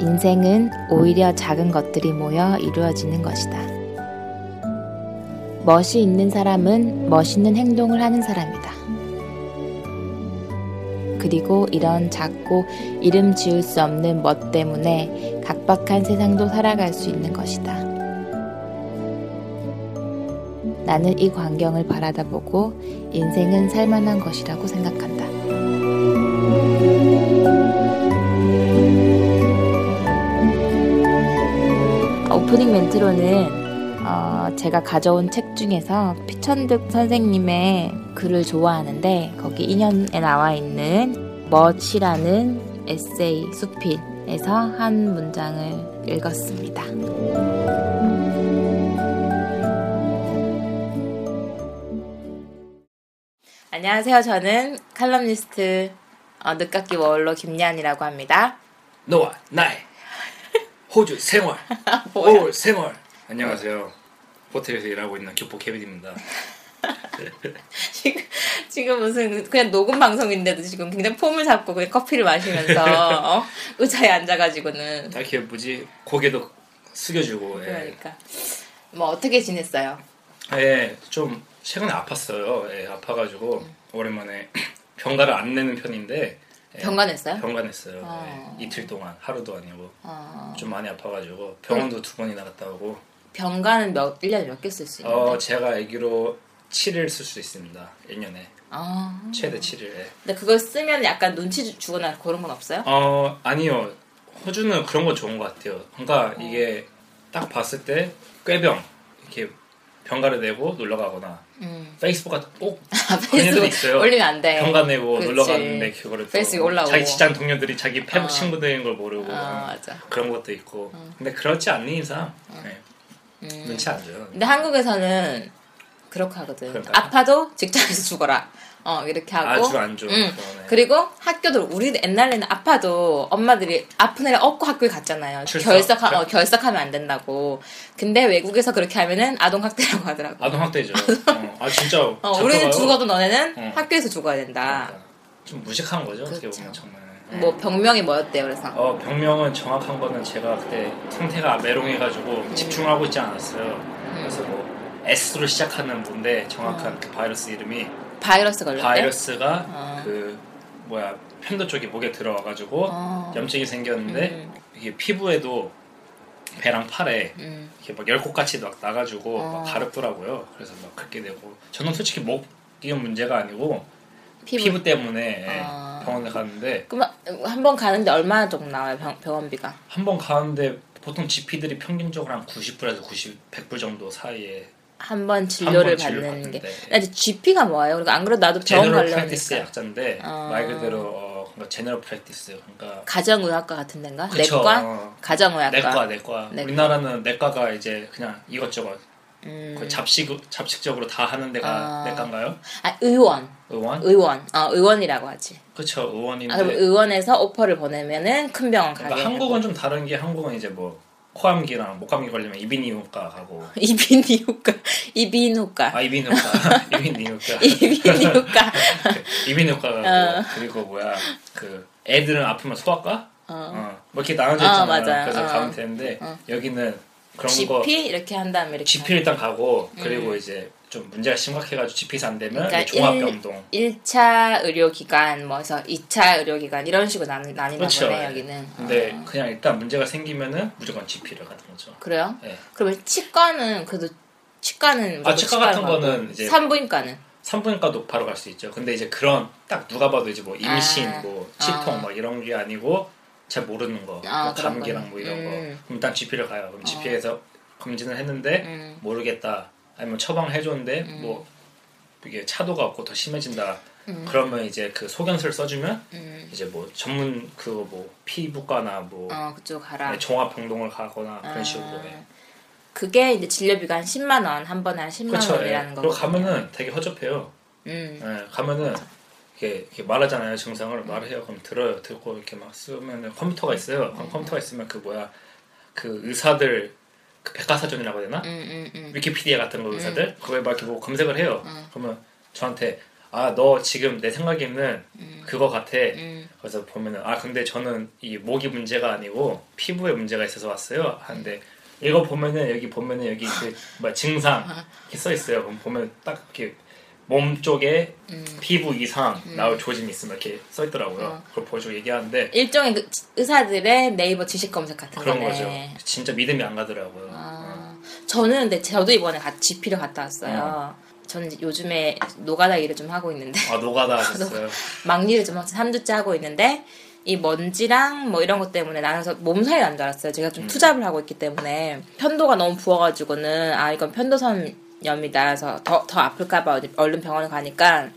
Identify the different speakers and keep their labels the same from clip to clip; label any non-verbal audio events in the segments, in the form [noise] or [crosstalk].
Speaker 1: 인생은 오히려 작은 것들이 모여 이루어지는 것이다. 멋이 있는 사람은 멋있는 행동을 하는 사람이다. 그리고 이런 작고 이름 지을 수 없는 멋 때문에 각박한 세상도 살아갈 수 있는 것이다. 나는 이 광경을 바라다보고 인생은 살만한 것이라고 생각한다. 오프닝 멘트로는 어, 제가 가져온 책 중에서 피천득 선생님의 글을 좋아하는데 거기 인연에 나와 있는 멋이라는 에세이 수필에서 한 문장을 읽었습니다. 안녕하세요. 저는 칼럼니스트 어, 늦깎이 워홀로 김리안이라고 합니다.
Speaker 2: 너와 나의 호주
Speaker 1: [laughs]
Speaker 2: 생활 서울 생활 안녕하세요 호텔에서 일하고 있는 교포 케빈입니다
Speaker 1: 지금, 지금 무슨 그냥 녹음 방송인데도 지금 굉장히 폼을 잡고 그냥 커피를 마시면서
Speaker 2: [laughs]
Speaker 1: 어? 의자에 앉아가지고는
Speaker 2: 딱히 뭐지 고개도 숙여주고 예.
Speaker 1: 그러니까 뭐 어떻게 지냈어요?
Speaker 2: 예, 좀 최근에 아팠어요 예, 아파가지고 오랜만에 [clears throat] 병가를 안 내는 편인데 예,
Speaker 1: 병간했어요?
Speaker 2: 병간했어요
Speaker 1: 어.
Speaker 2: 예, 이틀 동안 하루도 아니고
Speaker 1: 어,
Speaker 2: 좀 많이 아파가지고 병원도 두 번이나 갔다 오고
Speaker 1: 병간은 몇, 1년에 몇 개 쓸 수 있는데?
Speaker 2: 어, 제가 알기로 7일 쓸 수 있습니다 1년에
Speaker 1: 어.
Speaker 2: 최대 7일 예.
Speaker 1: 근데 그걸 쓰면 약간 눈치 주- 주거나 그런 건 없어요?
Speaker 2: 어 아니요 호주는 그런 건 좋은 것 같아요. 그러니까 이게 딱 봤을 때 꾀병 이렇게 병가를 내고 놀러 가거나
Speaker 1: 음.
Speaker 2: 페이스북 같은 꼭
Speaker 1: [laughs] 아,
Speaker 2: 얘네들이 있어요.
Speaker 1: 올리면 안 돼.
Speaker 2: 병가 내고
Speaker 1: 그치.
Speaker 2: 놀러 갔는데 그거를 또
Speaker 1: 페이스북에 올라오고.
Speaker 2: 자기 직장 동료들이 자기 페북
Speaker 1: 어.
Speaker 2: 친구들인 걸 모르고
Speaker 1: 아, 음. 맞아.
Speaker 2: 그런 것도 있고 근데 그렇지 않는 이상 네,
Speaker 1: 음.
Speaker 2: 눈치 안 줘요.
Speaker 1: 근데 한국에서는 그렇게 하거든.
Speaker 2: 그런가요?
Speaker 1: 아파도 직장에서 죽어라. 어 이렇게 하고.
Speaker 2: 아주 안 좋은
Speaker 1: 응.
Speaker 2: 그러네.
Speaker 1: 그리고 학교도 우리 옛날에는 아파도 엄마들이 아픈 애를 업고 학교에 갔잖아요.
Speaker 2: 출석. 그-
Speaker 1: 결석하, 어, 결석하면 안 된다고. 근데 외국에서 그렇게 하면은 아동 학대라고 하더라고. [laughs]
Speaker 2: 아동 학대죠. 어, 아 진짜
Speaker 1: 어,
Speaker 2: 잡혀가요.
Speaker 1: 우리는 죽어도 너네는
Speaker 2: 응.
Speaker 1: 학교에서 죽어야 된다.
Speaker 2: 그러니까 좀 무식한 거죠 어떻게
Speaker 1: 그렇죠.
Speaker 2: 보면 정말.
Speaker 1: 뭐 병명이 뭐였대요, 그래서.
Speaker 2: 어, 병명은 정확한 거는 제가 그때 상태가 메롱해가지고 집중을 하고 있지 않았어요. 그래서 뭐 S로 시작하는 뭔데 정확한 그 바이러스 이름이
Speaker 1: 바이러스 걸렸대.
Speaker 2: 바이러스가
Speaker 1: 어.
Speaker 2: 그 뭐야 편도 쪽에 목에 들어와가지고
Speaker 1: 어.
Speaker 2: 염증이 생겼는데
Speaker 1: 음.
Speaker 2: 이게 피부에도 배랑 팔에
Speaker 1: 음.
Speaker 2: 이렇게 막 열코같이 막 나가지고
Speaker 1: 어.
Speaker 2: 막 가렵더라고요. 그래서 막 그렇게 되고 저는 솔직히 목 이건 문제가 아니고 피부,
Speaker 1: 피부.
Speaker 2: 때문에 예,
Speaker 1: 아.
Speaker 2: 병원에 갔는데
Speaker 1: 그럼 한 번 가는데 얼마나 조금 나와요, 병, 병원비가?
Speaker 2: 한 번 가는데 보통 GP들이 평균적으로 한 90불에서 90, 100불 정도 사이에
Speaker 1: 한 번 진료를
Speaker 2: 한번 진료
Speaker 1: 받는 게.
Speaker 2: 받는데.
Speaker 1: 나 아, 이제 GP가 뭐예요? 그러니까 안 그래도 나도 병원
Speaker 2: 제너럴
Speaker 1: 가려고
Speaker 2: 프랙티스
Speaker 1: 하니까.
Speaker 2: 약자인데
Speaker 1: 아.
Speaker 2: 말 그대로 어, 그러니까 제너럴 프랙티스 그러니까
Speaker 1: 가정의학과 같은 데인가?
Speaker 2: 그쵸,
Speaker 1: 내과?
Speaker 2: 어.
Speaker 1: 가정의학과.
Speaker 2: 내과 내과
Speaker 1: 내과.
Speaker 2: 우리나라는 내과가 이제 그냥 이것저것
Speaker 1: 음.
Speaker 2: 거의 잡식 잡식적으로 다 하는 데가
Speaker 1: 아.
Speaker 2: 내과인가요?
Speaker 1: 아, 의원.
Speaker 2: 의원
Speaker 1: 의원. 어, 의원이라고 하지.
Speaker 2: 그쵸 의원인데
Speaker 1: 아, 그럼 의원에서 오퍼를 보내면은 큰 병원 가게.
Speaker 2: 네. 그러니까 한국은 좀 다른 게 한국은 이제 뭐 코암기랑 목감기 걸리면 이비인후과 가고
Speaker 1: [laughs] 이비인후과. 이비인후과.
Speaker 2: 아 이비인후과
Speaker 1: [laughs]
Speaker 2: 이비인후과 [laughs]
Speaker 1: 이비인후과.
Speaker 2: 이비인후과가
Speaker 1: 어.
Speaker 2: 뭐, 그리고 뭐야 그 애들은 아프면 소아과 어, 뭐 이렇게 나눠져
Speaker 1: 어,
Speaker 2: 있잖아요
Speaker 1: 맞아요.
Speaker 2: 그래서
Speaker 1: 어.
Speaker 2: 가면 되는데 여기는 그런 거
Speaker 1: GP 이렇게 한 다음에 이렇게.
Speaker 2: GP 일단 가고 그리고 이제 좀 문제가 심각해가지고 GP에서 안 되면
Speaker 1: 음. 그러니까
Speaker 2: 종합병동
Speaker 1: 1차 의료기관, 뭐 해서 2차 의료기관, 이런 식으로 나뉘, 나뉘나
Speaker 2: 그렇죠
Speaker 1: 보네,
Speaker 2: 예.
Speaker 1: 여기는.
Speaker 2: 근데
Speaker 1: 어.
Speaker 2: 그냥 일단 문제가 생기면은 무조건 GP를 가는 거죠
Speaker 1: 그래요?
Speaker 2: 예.
Speaker 1: 그러면 치과는, 그래도 치과는.
Speaker 2: 아
Speaker 1: 무조건
Speaker 2: 치과 같은
Speaker 1: 치과로 가고.
Speaker 2: 거는 이제
Speaker 1: 산부인과는.
Speaker 2: 산부인과도 바로 갈 수 있죠. 근데 이제 그런 딱 누가 봐도 이제 뭐 임신,
Speaker 1: 아.
Speaker 2: 뭐 치통
Speaker 1: 아.
Speaker 2: 막 이런 게 아니고 잘 모르는 거,
Speaker 1: 아,
Speaker 2: 뭐
Speaker 1: 그런 어. 거는.
Speaker 2: 감기랑 뭐 이런
Speaker 1: 음.
Speaker 2: 거. 그럼 일단 GP를 가요. 그럼 GP에서 검진을 했는데
Speaker 1: 음.
Speaker 2: 모르겠다. 아니면 처방해줬는데
Speaker 1: 예.
Speaker 2: 뭐 이게 차도가 없고 더 심해진다. 그러면 이제 그 소견서를 써주면
Speaker 1: 음.
Speaker 2: 이제 뭐 전문 그거 뭐 피부과나 뭐
Speaker 1: 어 아. 그쪽 가라.
Speaker 2: 종합병동을 가거나 그런 식으로 해.
Speaker 1: 그게 이제 진료비가 한 10만 원, 한 번에 한 10만
Speaker 2: 그렇죠. 예.
Speaker 1: 원이라는 거.
Speaker 2: 그리고 가면은 되게 허접해요.
Speaker 1: 음.
Speaker 2: 예, 가면은 이렇게, 이렇게 말하잖아요. 증상을 말해요. 그럼 들어요. 듣고 이렇게 막 쓰면은 컴퓨터가 있어요. 그럼 컴퓨터가 있으면 그 뭐야 그 의사들 그 백과사전이라고 해야 되나?
Speaker 1: 음, 음, 음.
Speaker 2: 위키피디아 같은 거 의사들 그거에 막 이렇게 뭐 검색을 해요. 그러면 저한테 아 너 지금 내 생각에는 그거 같아.
Speaker 1: 음.
Speaker 2: 그래서 보면은 아 근데 저는 이 목이 문제가 아니고 피부에 문제가 있어서 왔어요. 하는데 이거 보면은 여기 보면은 여기
Speaker 1: [laughs]
Speaker 2: 그뭐 증상 이렇게 써 있어요. 그럼 보면 딱 이렇게 몸 쪽에
Speaker 1: 음.
Speaker 2: 피부 이상 나올 조짐이 있으면 이렇게 써 있더라고요.
Speaker 1: 어.
Speaker 2: 그걸 보여주고 얘기하는데
Speaker 1: 일종의 그 지- 의사들의 네이버 지식 검색 같은
Speaker 2: 그런
Speaker 1: 거네.
Speaker 2: 거죠. 진짜 믿음이 안 가더라고요. 어.
Speaker 1: 아, 저는 근데 저도 이번에 같이 GP를 갔다 왔어요.
Speaker 2: 음.
Speaker 1: 저는 이제 요즘에 노가다 일을 좀 하고 있는데
Speaker 2: 아 노가다 하셨어요.
Speaker 1: 막리를 좀 한참 3주째 하고 있는데 이 먼지랑 뭐 이런 것 때문에 나눠서 몸살이 난 줄 알았어요. 제가 좀 투잡을 하고 있기 때문에 편도가 너무 부어가지고는 아 이건 편도선염이다 해서 더, 더 아플까봐 어디- 얼른 병원에 가니까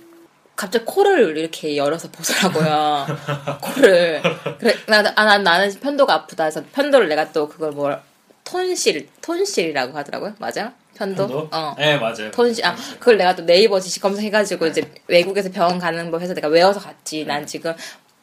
Speaker 1: 갑자기 코를 이렇게 열어서 보더라고요. [laughs] 코를. 그래, 나, 나, 나- 나는 편도가 아프다 해서 편도를 내가 또 그걸 뭘 톤실, 톤실이라고 하더라고요. 맞아요? 편도?
Speaker 2: 도
Speaker 1: 어.
Speaker 2: 네 맞아요.
Speaker 1: 톤실 아 그걸 내가 또 네이버 지식 검색해가지고 이제 외국에서 병원 가는 법 해서 내가 외워서 갔지 난 지금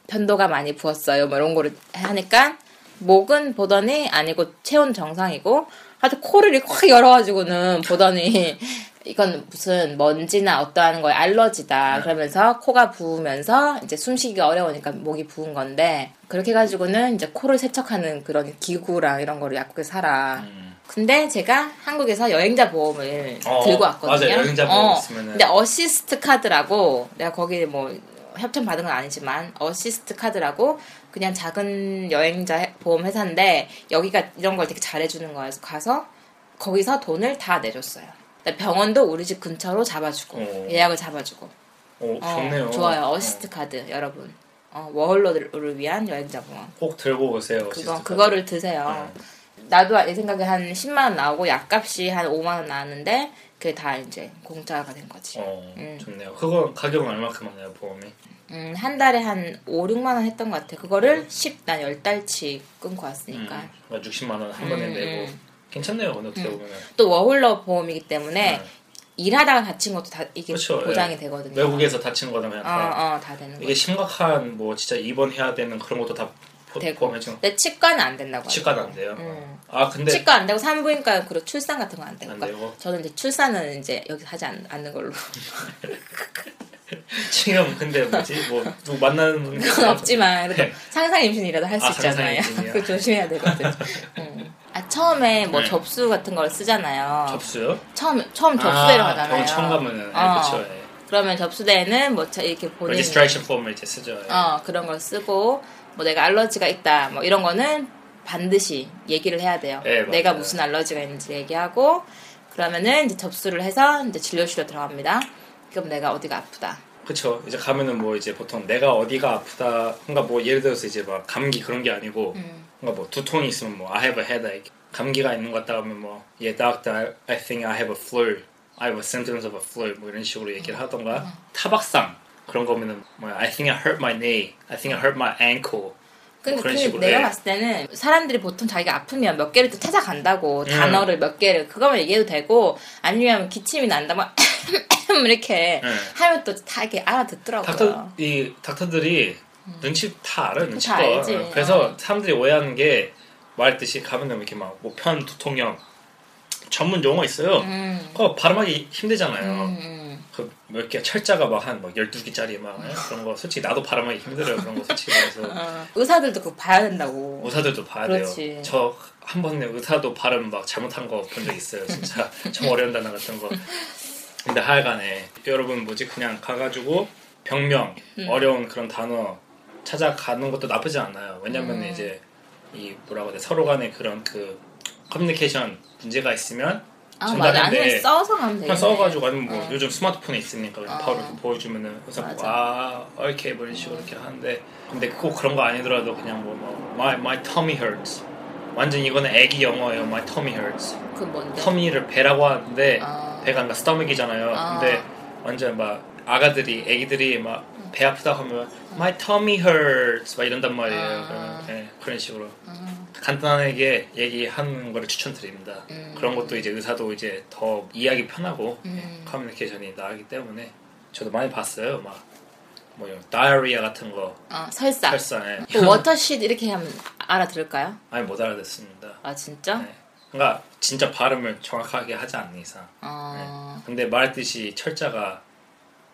Speaker 1: 편도가 많이 부었어요 뭐 이런 거를 하니까 목은 보더니 아니고 체온 정상이고 하여튼 코를 이렇게 확 열어가지고는 보더니 [laughs] 이건 무슨 먼지나 어떠한 거에 알러지다 그러면서 코가 부으면서 이제 숨쉬기가 어려우니까 목이 부은 건데 그렇게 해가지고는 이제 코를 세척하는 그런 기구랑 이런 거를 약국에서 사라 근데 제가 한국에서 여행자 보험을
Speaker 2: 어,
Speaker 1: 들고 왔거든요.
Speaker 2: 맞아요. 여행자 보험
Speaker 1: 어,
Speaker 2: 있으면은.
Speaker 1: 근데 어시스트 카드라고 내가 거기 뭐 협찬 받은 건 아니지만 어시스트 카드라고 그냥 작은 여행자 해- 보험 회사인데 여기가 이런 걸 되게 잘해주는 거여서 가서 거기서 돈을 다 내줬어요. 근데 병원도 우리 집 근처로 잡아주고
Speaker 2: 오.
Speaker 1: 예약을 잡아주고
Speaker 2: 오,
Speaker 1: 어,
Speaker 2: 어. 좋네요.
Speaker 1: 좋아요.
Speaker 2: 어.
Speaker 1: 어시스트 카드 여러분 어, 워홀러들을 위한 여행자 보험.
Speaker 2: 꼭 들고 오세요.
Speaker 1: 그거
Speaker 2: 시스템. 네.
Speaker 1: 그거를 드세요. 나도 내 생각에 한 10만 원 나오고 약값이 한 5만 원 나왔는데 그게 다 이제 공짜가 된 거지.
Speaker 2: 어,
Speaker 1: 음.
Speaker 2: 좋네요. 그거 가격은 얼마큼 하나요, 보험이?
Speaker 1: 음, 한 달에 한 5, 6만 원 했던 것 같아. 그거를 10, 난 10달치 끊고 왔으니까.
Speaker 2: 음, 그러니까 60만 원 한 번에
Speaker 1: 음,
Speaker 2: 내고
Speaker 1: 음.
Speaker 2: 괜찮네요. 근데 어떻게 보면
Speaker 1: 또 워홀러 보험이기 때문에
Speaker 2: 음.
Speaker 1: 일하다가 다친 것도 다 이게
Speaker 2: 그렇죠.
Speaker 1: 보장이
Speaker 2: 예.
Speaker 1: 되거든요.
Speaker 2: 외국에서 다친 거다 그냥
Speaker 1: 어,
Speaker 2: 다
Speaker 1: 어, 다 되는
Speaker 2: 이게
Speaker 1: 거지.
Speaker 2: 심각한 뭐 진짜 입원해야 되는 그런 것도 다 포-
Speaker 1: 되고.
Speaker 2: 포함해서
Speaker 1: 근데 치과는 안 된다고.
Speaker 2: 치과는
Speaker 1: 하더라고요.
Speaker 2: 안 돼요.
Speaker 1: 음.
Speaker 2: 아 근데
Speaker 1: 치과 안 되고 산부인과 그리고 출산 같은 건 안 되고.
Speaker 2: 안
Speaker 1: 그러니까
Speaker 2: 되고.
Speaker 1: 저는 이제 출산은 이제 여기서 하지 않, 않는 걸로.
Speaker 2: 지금 근데 뭐지 뭐 누구
Speaker 1: [laughs]
Speaker 2: 만나는 분이
Speaker 1: 그건 없지만 그래도
Speaker 2: 네.
Speaker 1: 상상 임신이라도 할 수
Speaker 2: 아,
Speaker 1: 있잖아요. [laughs]
Speaker 2: 상상 임신이요?
Speaker 1: 그 조심해야
Speaker 2: [laughs]
Speaker 1: 되거든. 음. 아 처음에 뭐
Speaker 2: 네.
Speaker 1: 접수 같은 걸 쓰잖아요.
Speaker 2: 접수요?
Speaker 1: 처음 처음 접수대로
Speaker 2: 아,
Speaker 1: 가잖아요.
Speaker 2: 병원 처음 가면은 예,
Speaker 1: 어.
Speaker 2: 그렇죠. 예.
Speaker 1: 그러면 접수대에는 뭐 저- 이렇게 본인
Speaker 2: registration form을 이제 쓰죠. 예.
Speaker 1: 어 그런 걸 쓰고 뭐 내가 알러지가 있다 뭐 이런 거는 반드시 얘기를 해야 돼요.
Speaker 2: 네, 맞아요.
Speaker 1: 내가 무슨 알러지가 있는지 얘기하고 그러면은 이제 접수를 해서 이제 진료실로 들어갑니다. 그럼 내가 어디가 아프다.
Speaker 2: 그쵸 이제 가면은 뭐 이제 보통 내가 어디가 아프다 뭔가 뭐 예를 들어서 이제 막 감기 그런 게 아니고 뭔가 뭐 두통이 있으면 뭐 I have a headache 감기가 있는 것 같다 하면 뭐 Yeah doctor I, I think I have a flu I have symptoms of a flu 뭐 이런 식으로 얘기를 하던가 타박상 그런 거면은 뭐 I think I hurt my knee I think I hurt my ankle
Speaker 1: 근데
Speaker 2: 뭐 그런
Speaker 1: 그
Speaker 2: 식으로
Speaker 1: 내가
Speaker 2: 예.
Speaker 1: 봤을 때는 사람들이 보통 자기가 아프면 몇 개를 또 찾아간다고
Speaker 2: 음.
Speaker 1: 단어를 몇 개를 그거만 얘기해도 되고 아니면 기침이 난다면 [laughs] 이렇게
Speaker 2: 네.
Speaker 1: 하면 또 다 이렇게 알아듣더라고요. 음.
Speaker 2: 닥터 이 닥터들이 눈치 다 알아요 눈치껏
Speaker 1: 알지.
Speaker 2: 그래서
Speaker 1: 어.
Speaker 2: 사람들이 오해하는 게 말했듯이 가면은 이렇게 막 뭐 편 두통형 전문 용어 있어요
Speaker 1: 음.
Speaker 2: 그거 발음하기 힘들잖아요 그 몇 개 철자가 막 한 막 12개짜리 막 예? 그런 거 솔직히 나도 발음하기 힘들어요 그런 거 솔직히 그래서
Speaker 1: 어, 의사들도 그거 봐야 된다고.
Speaker 2: 의사들도 봐야
Speaker 1: 그렇지.
Speaker 2: 돼요 저 한 번에 의사도 발음 막 잘못한 거 본 적 있어요
Speaker 1: [laughs]
Speaker 2: 진짜 좀 어려운 단어 같은 거 근데 하여간에 여러분 뭐지 그냥 가가지고 병명
Speaker 1: 음.
Speaker 2: 어려운 그런 단어 찾아가는 것도 나쁘지 않아요. 왜냐면
Speaker 1: 음.
Speaker 2: 이제 이 뭐라고 해야 돼 서로 간에 그런 그 커뮤니케이션 문제가 있으면
Speaker 1: 아 맞아 아니면
Speaker 2: 전달인데
Speaker 1: 써서 가면 되겠네
Speaker 2: 그냥 써가지고 아니면 뭐
Speaker 1: 어.
Speaker 2: 요즘 스마트폰에 있으니까 그냥 바로 이렇게 보여주면은 그래서
Speaker 1: 맞아.
Speaker 2: 아 이렇게 뭐 이런 식으로 이렇게 하는데 근데 꼭 그런 거 아니더라도 그냥 뭐, 뭐 my my tummy hurts 완전 이거는 애기 영어예요 my tummy hurts
Speaker 1: 그 뭔데
Speaker 2: 터미를 배라고 하는데
Speaker 1: 아.
Speaker 2: 배가 아니라 스토맥이잖아요.
Speaker 1: 아.
Speaker 2: 근데 완전 막 아가들이 애기들이 막
Speaker 1: 음.
Speaker 2: 배 아프다 하면 my tummy hurts 막 이런단 말이에요.
Speaker 1: 아.
Speaker 2: 그러면, 예, 그런 식으로
Speaker 1: 아,
Speaker 2: 간단하게 얘기하는 거를 추천드립니다. 그런 것도 이제 의사도 이제 더 이해하기 편하고
Speaker 1: 음.
Speaker 2: 예, 커뮤니케이션이 나기 때문에 저도 많이 봤어요. 막뭐 다이어리아 같은 거
Speaker 1: 아, 설사
Speaker 2: 설사에
Speaker 1: 또 워터시드 이렇게 하면 알아들을까요
Speaker 2: 많이 못 알아듣습니다.
Speaker 1: 아 진짜
Speaker 2: 예. 그러니까 진짜 발음을 정확하게 하지 않는 이상.
Speaker 1: 아,
Speaker 2: 네. 근데 말했듯이 철자가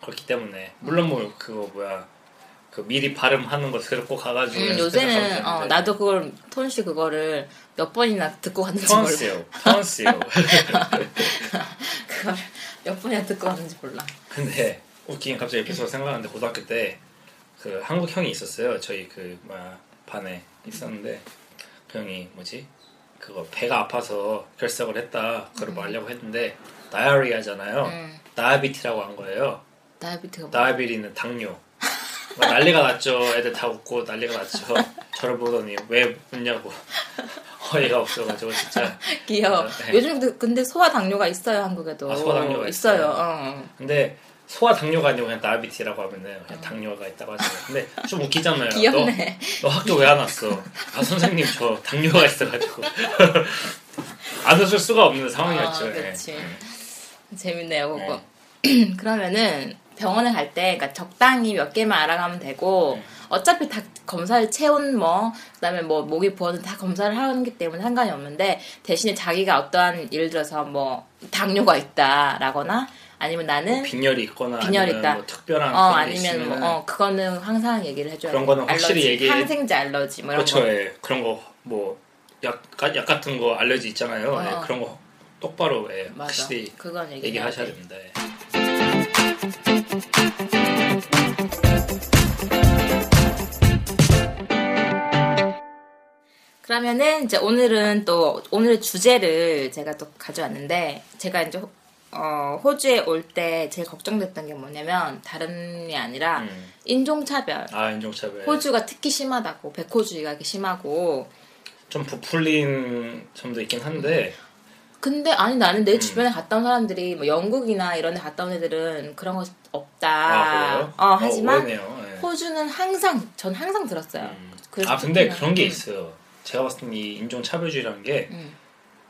Speaker 2: 그렇기 때문에 물론 뭐 그거 뭐야 그 미리 발음하는 거 들고 가가지고
Speaker 1: 음,
Speaker 2: 연습해서 하면
Speaker 1: 요새는 어,
Speaker 2: 되는데.
Speaker 1: 나도 그걸 톤 씨 그거를 몇 번이나 듣고 갔는지 모르고
Speaker 2: 턴스요
Speaker 1: [laughs]
Speaker 2: 턴스요 [laughs]
Speaker 1: 그걸 [laughs] 몇 번이나 듣고
Speaker 2: 아.
Speaker 1: 갔는지 몰라
Speaker 2: 근데 웃긴 게 갑자기 옆에서 생각하는데 고등학교 때 그 한국 형이 있었어요 저희 그 뭐야 반에 있었는데 그 형이 뭐지 그거 배가 아파서 결석을 했다 그걸 말려고 했는데 다이어리아잖아요
Speaker 1: 음.
Speaker 2: 다이비티라고 한 거예요
Speaker 1: 다이어비트가 뭐
Speaker 2: 다이비리는 당뇨. 막 난리가 났죠. 애들 다 웃고 난리가 났죠. 저를 보더니 왜 웃냐고. 어이가 없어가지고 진짜.
Speaker 1: 귀여워.
Speaker 2: 어, 네.
Speaker 1: 요즘 근데- 근데 소아 당뇨가 있어요 한국에도.
Speaker 2: 아, 소아 당뇨가
Speaker 1: 있어요.
Speaker 2: 있어요.
Speaker 1: 어.
Speaker 2: 근데 소아 당뇨가 아니고 그냥 다이비티라고 하면은 그냥 당뇨가 있다고 하죠. 근데 좀 웃기잖아요.
Speaker 1: 음. 귀엽네.
Speaker 2: 너, 너 학교 왜 안 왔어? 아 선생님 저 당뇨가 있어가지고. 안 웃을 수가 없는 상황이었죠.
Speaker 1: 아,
Speaker 2: 예.
Speaker 1: 그렇지. [laughs] 재밌네요 그거.
Speaker 2: 네.
Speaker 1: [clears throat] 그러면은 병원에 갈 때 그러니까 적당히 몇 개만 알아가면 되고
Speaker 2: 네.
Speaker 1: 어차피 다 검사를 체온 뭐 그다음에 뭐 목이 부어도 다 검사를 하기 때문에 상관이 없는데 대신에 자기가 어떠한 예를 들어서 뭐 당뇨가 있다라거나 아니면 나는
Speaker 2: 빈혈이 있거나
Speaker 1: 빈혈
Speaker 2: 아니면
Speaker 1: 있다.
Speaker 2: 뭐 특별한
Speaker 1: 어
Speaker 2: 그런 게
Speaker 1: 아니면
Speaker 2: 있으면
Speaker 1: 뭐, 어 그거는 항상 얘기를 해줘야
Speaker 2: 그런
Speaker 1: 돼.
Speaker 2: 거는 확실히
Speaker 1: 알러지,
Speaker 2: 얘기해.
Speaker 1: 항생제 알러지 뭐 이런
Speaker 2: 그렇죠.
Speaker 1: 거
Speaker 2: 예. 그런 거 뭐 약 약 같은 거 알러지 있잖아요.
Speaker 1: 어.
Speaker 2: 예. 그런 거 똑바로 예.
Speaker 1: 맞아.
Speaker 2: 확실히
Speaker 1: 그건 얘기해야
Speaker 2: 얘기하셔야
Speaker 1: 돼.
Speaker 2: 됩니다. 예.
Speaker 1: 그러면은 이제 오늘은 또 오늘의 주제를 제가 또 가져왔는데 제가 이제 호, 어, 호주에 올 때 제일 걱정됐던 게 뭐냐면 다른 게 아니라
Speaker 2: 음.
Speaker 1: 인종차별.
Speaker 2: 아 인종차별.
Speaker 1: 호주가 특히 심하다고 백호주의가 이렇게 심하고
Speaker 2: 좀 부풀린 점도 있긴 한데
Speaker 1: 근데 아니 나는
Speaker 2: 음.
Speaker 1: 내 주변에 갔다 온 사람들이 뭐 영국이나 이런 데 갔다 온 애들은 그런 거 없다.
Speaker 2: 아 그래요?
Speaker 1: 어 하지만
Speaker 2: 의외네요. 예.
Speaker 1: 호주는 항상 전 항상 들었어요. 그래서
Speaker 2: 아 근데
Speaker 1: 특히나-
Speaker 2: 그런 게
Speaker 1: 음.
Speaker 2: 있어요. 제가 봤을 때 이 인종차별주의라는 게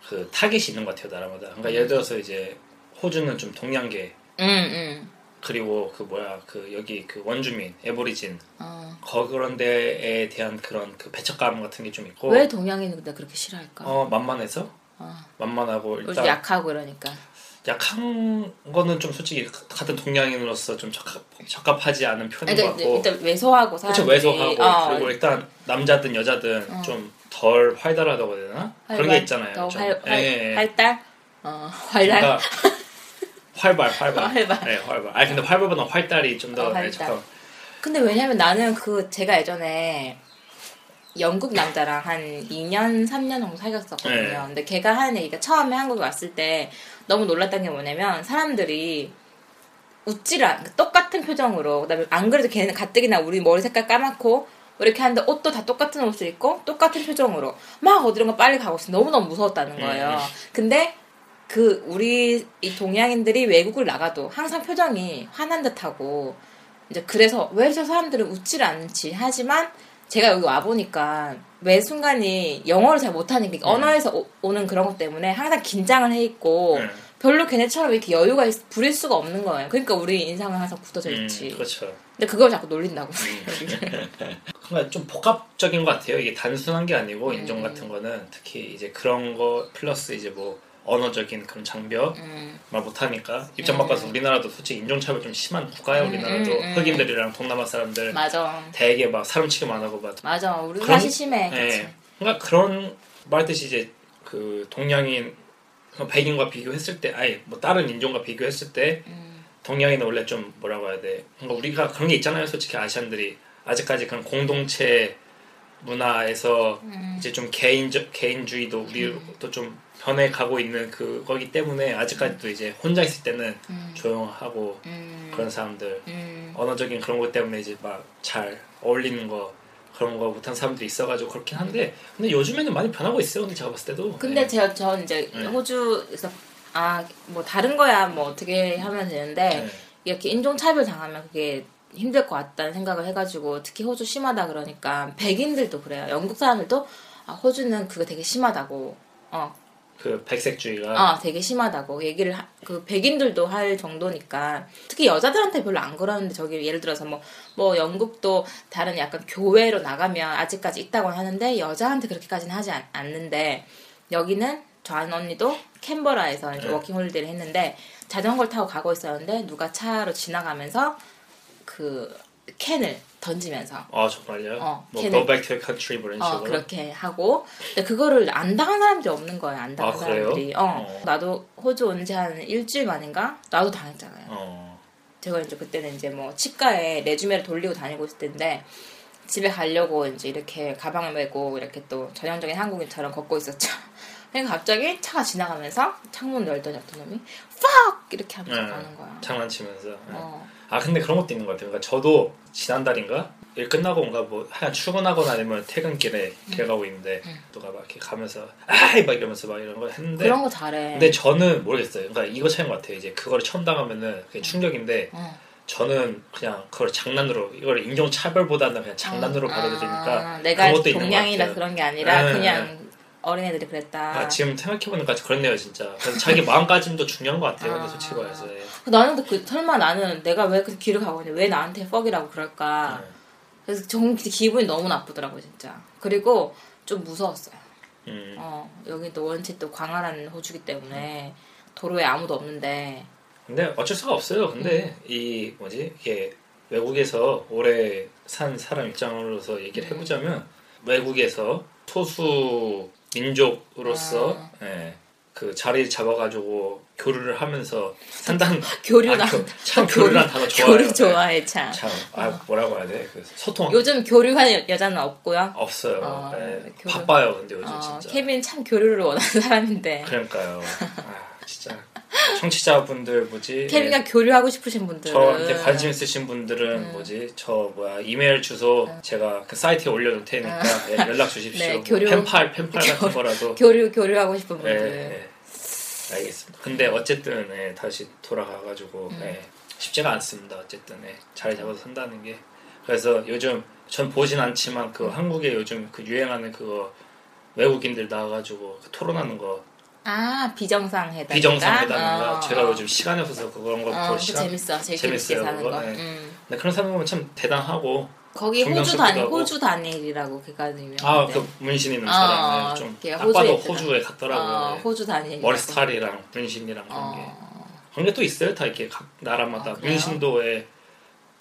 Speaker 2: 그
Speaker 1: 음.
Speaker 2: 타겟이 있는 것 같아요 나라마다. 그러니까 예를 들어서 이제 호주는 좀 동양계
Speaker 1: 음, 음.
Speaker 2: 그리고 그 뭐야 그 여기 그 원주민 에버리진
Speaker 1: 어.
Speaker 2: 거 그런 데에 대한 그런 그 배척감 같은 게 좀 있고
Speaker 1: 왜 동양인은 근데 그렇게 싫어할까?
Speaker 2: 어 만만해서
Speaker 1: 아.
Speaker 2: 만만하고
Speaker 1: 요즘
Speaker 2: 일단
Speaker 1: 그러니까. 약하고 이러니까.
Speaker 2: 약한 거는 좀 솔직히 같은 동양인으로서 좀 적합, 적합하지 않은 표현인
Speaker 1: 그러니까
Speaker 2: 것
Speaker 1: 이제
Speaker 2: 같고
Speaker 1: 일단 왜소하고 사람들이
Speaker 2: 뭐 그쵸 외소하고
Speaker 1: 어,
Speaker 2: 그리고 일단 남자든 여자든 좀 덜 활달하다고 해야 되나 그런 게
Speaker 1: 활발,
Speaker 2: 있잖아요
Speaker 1: 더
Speaker 2: 좀.
Speaker 1: 활, 활,
Speaker 2: 예, 예.
Speaker 1: 활달? 어, [laughs] 활달? 어,
Speaker 2: 그러니까 활발 활발
Speaker 1: 활발.
Speaker 2: 네, 활발 아니 근데 활발보다 활달이 좀더 네,
Speaker 1: 어, 활달. 근데 왜냐면 나는 그 제가 예전에 영국 남자랑 한 2년, 3년 정도 사귀었었거든요.
Speaker 2: 네.
Speaker 1: 근데 걔가 하는 얘기가 처음에 한국에 왔을 때 너무 놀랐던 게 뭐냐면 사람들이 웃질 않, 똑같은 표정으로, 그 다음에 안 그래도 걔는 가뜩이나 우리 머리 색깔 까맣고, 이렇게 하는데 옷도 다 똑같은 옷을 입고, 똑같은 표정으로, 막 어디론가 빨리 가고 있어. 너무너무 무서웠다는 거예요. 근데 그 우리 이 동양인들이 외국을 나가도 항상 표정이 화난 듯하고 이제 그래서 왜 저 사람들은 웃질 않지 하지만 제가 여기 와 보니까 매 순간이 영어를 잘 못하니까
Speaker 2: 음.
Speaker 1: 언어에서 오, 는 그런 것 때문에 항상 긴장을 해 있고
Speaker 2: 음.
Speaker 1: 별로 걔네처럼 이렇게 여유가 있- 부릴 수가 없는 거예요. 그러니까 우리 인상은 항상 굳어져
Speaker 2: 음,
Speaker 1: 있지.
Speaker 2: 그렇죠
Speaker 1: 근데 그걸 자꾸 놀린다고.
Speaker 2: 그러니까 좀 복합적인 것 같아요. 이게 단순한 게 아니고
Speaker 1: 음.
Speaker 2: 인종 같은 거는 특히 이제 그런 거 플러스 이제 뭐 언어적인 그런 장벽
Speaker 1: [laughs]
Speaker 2: 말 못하니까 입장 바꿔서 우리나라도 솔직히 인종차별 좀 심한 국가예요. 우리나라도
Speaker 1: 네. 음, 음.
Speaker 2: 흑인들이랑 동남아 사람들
Speaker 1: 맞아.
Speaker 2: 되게 막 사람 취급 안 하고 막
Speaker 1: 맞아. 우리
Speaker 2: 그런-
Speaker 1: 사실 심해. 네, 그치?
Speaker 2: 예. 그러니까 그런 말듯이 이제 그 동양인 그 백인과 비교했을 때 아예 뭐 다른 인종과 비교했을 때 동양인은 원래 좀 뭐라고 해야 돼 그러니까 우리가 그런 게 있잖아요 솔직히 아시안들이 아직까지 그런 공동체 문화에서 이제 좀 개인적 개인주의도 우리도 좀 변해가고 있는 그거기 때문에 아직까지도 이제 혼자 있을 때는 조용하고
Speaker 1: 음.
Speaker 2: 그런 사람들 언어적인 그런 것 때문에 이제 막 잘 어울리는 거 그런 거 못한 사람들이 있어가지고 그렇긴 한데 근데 요즘에는 많이 변하고 있어요. 근데 제가 봤을 때도
Speaker 1: 근데 제가 전 이제
Speaker 2: 네.
Speaker 1: 호주에서 아 뭐 다른 거야 뭐 어떻게 하면 되는데
Speaker 2: 네.
Speaker 1: 이렇게 인종차별 당하면 그게 힘들 것 같다는 생각을 해가지고 특히 호주 심하다 그러니까 백인들도 그래요 영국 사람들도 아, 호주는 그거 되게 심하다고 어,
Speaker 2: 그 백색주의가
Speaker 1: 아 되게 심하다고 얘기를 하- 그 백인들도 할 정도니까 특히 여자들한테 별로 안 그러는데 저기 예를 들어서 뭐 뭐 영국도 다른 약간 교회로 나가면 아직까지 있다고 하는데 여자한테 그렇게까지는 하지 않, 는데 여기는 저 아는 언니도 캔버라에서 이제
Speaker 2: 네.
Speaker 1: 워킹 홀리데이를 했는데 자전거를 타고 가고 있었는데 누가 차로 지나가면서 그 캔을 던지면서
Speaker 2: 아 정말요?
Speaker 1: 어,
Speaker 2: 뭐
Speaker 1: 걔는-
Speaker 2: Go Back to Your Country 뭐 이런
Speaker 1: 어,
Speaker 2: 식으로
Speaker 1: 그렇게 하고. 근데 그거를 안 당한 사람들이 없는 거예요, 안 당한
Speaker 2: 아, 그래요?
Speaker 1: 사람들이. 어,
Speaker 2: 어.
Speaker 1: 나도 호주 온 지 한 일주일 만인가? 나도 당했잖아요.
Speaker 2: 어.
Speaker 1: 제가 이제 그때는 이제 뭐 치과에 레주메를 돌리고 다니고 있을 텐데 집에 가려고 이제 이렇게 가방을 메고 이렇게 또 전형적인 한국인처럼 걷고 있었죠. [laughs] 그냥 갑자기 차가 지나가면서 창문 열더니 어떤 놈이 fuck 이렇게 하면서
Speaker 2: 네.
Speaker 1: 가는 거야.
Speaker 2: 장난치면서 네.
Speaker 1: 어.
Speaker 2: 아 근데 그런 것도 있는 것 같아요. 그러니까 저도 지난달인가 일 끝나고 뭔가 뭐 하여간 출근하거나 아니면 퇴근길에
Speaker 1: 음.
Speaker 2: 길 가고 있는데 누가 막 이렇게 가면서 아이 막 이러면서 막 이런 걸 했는데
Speaker 1: 그런 거 잘해.
Speaker 2: 네. 근데 저는 모르겠어요. 그러니까 이거 차이인 것 같아요. 이제 그거를 처음 당하면은 그게 충격인데
Speaker 1: 어.
Speaker 2: 저는 그냥 그걸 장난으로 이걸 인종 차별보다는 그냥 장난으로 받아들이니까
Speaker 1: 아, 내가
Speaker 2: 그런 것도 있는 것
Speaker 1: 동양이라
Speaker 2: 같아요.
Speaker 1: 그런 게 아니라
Speaker 2: 네,
Speaker 1: 그냥 어린애들이 그랬다.
Speaker 2: 아, 지금 생각해보니까 그렇네요 진짜.
Speaker 1: [laughs]
Speaker 2: 그래서 자기 마음가짐도 중요한 것 같아요.
Speaker 1: 아.
Speaker 2: 근데 솔직히 말해서. 예.
Speaker 1: 나는 근데 그 설마 나는 내가 왜 그 길을 가고 있는데 왜 나한테 뻑이라고 그럴까.
Speaker 2: 네.
Speaker 1: 그래서 정 기분이 너무 나쁘더라고 진짜. 그리고 좀 무서웠어요.
Speaker 2: 음.
Speaker 1: 어 여기 또 원체 또 광활한 호주기
Speaker 2: 네.
Speaker 1: 때문에 도로에 아무도 없는데
Speaker 2: 근데 어쩔 수가 없어요. 근데
Speaker 1: 음.
Speaker 2: 이 뭐지 이게 외국에서 오래 산 사람 입장으로서 얘기를
Speaker 1: 네.
Speaker 2: 해보자면 외국에서 소수 민족으로서
Speaker 1: 아.
Speaker 2: 예, 그 자리 잡아가지고 교류를 하면서 산다는
Speaker 1: [laughs] 교류나
Speaker 2: 아, 교- 참 교류란 단어 좋아요. 네.
Speaker 1: 교류 좋아해 참.
Speaker 2: 참, 아 뭐라고 해야 돼? 그 소통
Speaker 1: 요즘 교류하는 여자는 없고요.
Speaker 2: 없어요.
Speaker 1: 어,
Speaker 2: 예,
Speaker 1: 교류.
Speaker 2: 바빠요. 근데 요즘
Speaker 1: 어,
Speaker 2: 진짜.
Speaker 1: 케빈 참 교류를 원하는 사람인데
Speaker 2: 그러니까요. 아, 진짜 청취자분들 뭐지? 예.
Speaker 1: 케빈과 교류하고 싶으신 분들은
Speaker 2: 저한테
Speaker 1: 음.
Speaker 2: 관심 있으신 분들은 뭐지 저 뭐야 이메일 주소 제가 그 사이트에 올려놓을 테니까 예, 연락 주십시오.
Speaker 1: 음. 네,
Speaker 2: 뭐
Speaker 1: 교류-
Speaker 2: 펜팔 펜팔 같은 거라도.
Speaker 1: 교류 교류하고 싶은
Speaker 2: 예,
Speaker 1: 분들
Speaker 2: 예. 알겠습니다. 근데 어쨌든 예, 다시 돌아가가지고
Speaker 1: 음.
Speaker 2: 예, 쉽지가 않습니다. 어쨌든 예, 자리 잡아서 산다는 게 그래서 요즘 전 보진 않지만 그
Speaker 1: 음.
Speaker 2: 한국에 요즘 그 유행하는 그거 외국인들 나와가지고 그 토론하는 거
Speaker 1: 아 비정상 회담
Speaker 2: 비정상 회담인가 제가 요즘 시간이 없어서 그런 걸
Speaker 1: 어,
Speaker 2: 볼
Speaker 1: 그
Speaker 2: 시간
Speaker 1: 재밌어 제일 재밌게
Speaker 2: 재밌어요,
Speaker 1: 사는
Speaker 2: 그거.
Speaker 1: 거
Speaker 2: 네.
Speaker 1: 음.
Speaker 2: 근데 그런 사람 보면 참 대단하고
Speaker 1: 거기 호주
Speaker 2: 존경스럽기도
Speaker 1: 단
Speaker 2: 하고.
Speaker 1: 호주 단일이라고 걔가 유명한데
Speaker 2: 아 그 문신 있는 사람
Speaker 1: 어,
Speaker 2: 네, 좀
Speaker 1: 걔가
Speaker 2: 딱 봐도
Speaker 1: 네. 호주에
Speaker 2: 호주에
Speaker 1: 어,
Speaker 2: 갔더라고요 네.
Speaker 1: 호주 어. 단일
Speaker 2: 머리 스타일이랑 문신이랑 그런 게 그런 게 또 있어요 다 이렇게 각 나라마다
Speaker 1: 아, 그래요?
Speaker 2: 문신도에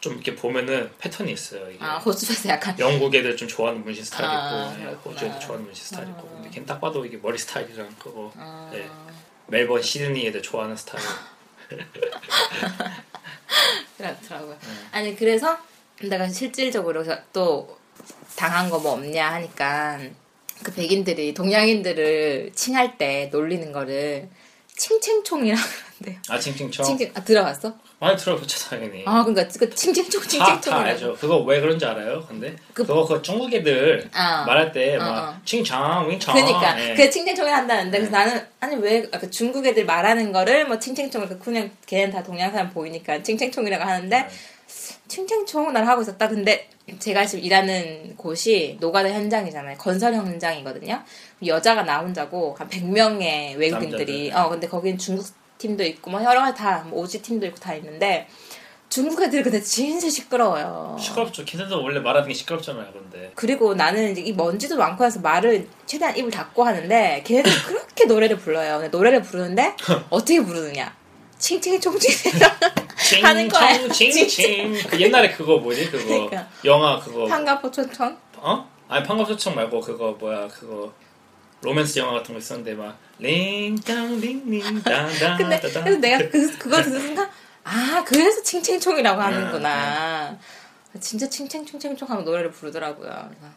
Speaker 2: 좀 이렇게 보면은 패턴이 있어요 이게
Speaker 1: 아 호주에서 약간
Speaker 2: 영국 애들 좀 좋아하는 문신 스타일
Speaker 1: 아,
Speaker 2: 있고 네,
Speaker 1: 그렇구나.
Speaker 2: 호주 애들 좋아하는 문신 스타일 있고 근데 걔는 딱 봐도 이게 머리 스타일이랑 그거
Speaker 1: 어,
Speaker 2: 네. 멜번 시드니 애들 좋아하는 스타일
Speaker 1: 그렇더라고요
Speaker 2: 네.
Speaker 1: 아니 그래서 내가 실질적으로 또 당한 거 뭐 없냐 하니까 그 백인들이 동양인들을 칭할 때 놀리는 거를 칭칭총이라고 그러는데요
Speaker 2: 아 칭칭청
Speaker 1: 칭칭 아 들어봤어?
Speaker 2: 많이 들어봤죠 당연히
Speaker 1: 아 그러니까 그 칭칭총
Speaker 2: 다, 다
Speaker 1: 칭칭총이라고
Speaker 2: 알죠. 그거 왜 그런지 알아요? 근데
Speaker 1: 그-
Speaker 2: 그, 거그 중국 애들
Speaker 1: 아.
Speaker 2: 말할
Speaker 1: 어, 어.
Speaker 2: 때막 칭장, 윙장.
Speaker 1: 그러니까
Speaker 2: 예. 네.
Speaker 1: 그 칭칭총을 한다는데 그래서 나는 아니 왜 아까 중국 애들 말하는 거를 뭐 칭칭총 그 그냥 걔는 다 동양 사람 보이니까 칭칭총이라고 하는데
Speaker 2: 네.
Speaker 1: 칭칭총을 날 하고 있었다 근데 제가 지금 일하는 곳이 노가다 현장이잖아요 건설 현장이거든요 여자가 나 혼자고 한 100명의 외국인들이
Speaker 2: 남자들.
Speaker 1: 어 근데 거긴 중국 팀도 있고 뭐 여러 가지 다뭐 오지 팀도 있고 다 있는데 중국 애들 근데 진짜 시끄러워요
Speaker 2: 시끄럽죠. 걔네도 원래 말하는 게 시끄럽잖아요. 근데
Speaker 1: 그리고 나는 이제 이 먼지도 많고 해서 말을 최대한 입을 닫고 하는데 걔네들
Speaker 2: [laughs]
Speaker 1: 그렇게 노래를 불러요. 근데 노래를 부르는데 어떻게 부르느냐?
Speaker 2: [laughs]
Speaker 1: 칭칭총칭이라 하는 거야. [laughs]
Speaker 2: 칭칭칭. 그 옛날에 그거 뭐지? 그거
Speaker 1: 그러니까.
Speaker 2: 영화 그거
Speaker 1: 한가포촌촌
Speaker 2: 어? 아니 판검소청 말고 그거 뭐야 그거 로맨스 영화 같은 거 있었는데 막 링땅 링링
Speaker 1: [laughs]
Speaker 2: 다다
Speaker 1: 근데
Speaker 2: 다다.
Speaker 1: 그래서 내가 그, 그걸
Speaker 2: 네.
Speaker 1: 듣는 순간 아 그래서 칭칭총이라고
Speaker 2: 네,
Speaker 1: 하는구나. 진짜 칭칭총칭총 하면 노래를 부르더라고요. 그래서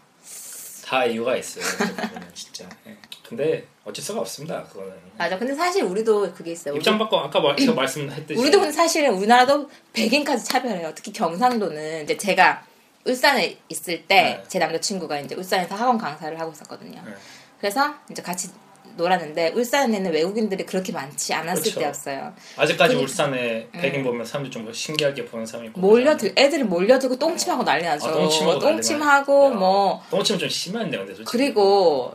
Speaker 2: 다 이유가 있어요. 그거는 진짜. 예. 근데 어쩔 수가 없습니다. 그거는.
Speaker 1: 맞아. 근데 사실 우리도 그게 있어요. 우리-
Speaker 2: 입장 바꿔 아까 말- 제가 말씀했듯이
Speaker 1: 우리도 근데 사실은 우리나라도 백인까지 차별해요. 특히 경상도는 이제 제가 울산에 있을 때
Speaker 2: 네.
Speaker 1: 제 남자친구가 이제 울산에서 학원 강사를 하고 있었거든요.
Speaker 2: 네.
Speaker 1: 그래서 이제 같이 놀았는데 울산에는 외국인들이 그렇게 많지 않았을
Speaker 2: 그렇죠.
Speaker 1: 때였어요.
Speaker 2: 아직까지
Speaker 1: 그-
Speaker 2: 울산에 백인 보면 사람들이 좀 신기하게 보는 사람이 있고
Speaker 1: 몰려들 애들이 몰려들고 똥침하고 난리 나죠.
Speaker 2: 아, 똥침하고 난리 네.
Speaker 1: 똥침하고
Speaker 2: 나요.
Speaker 1: 뭐
Speaker 2: 똥침은 좀 심한데 근데 솔직히
Speaker 1: 그리고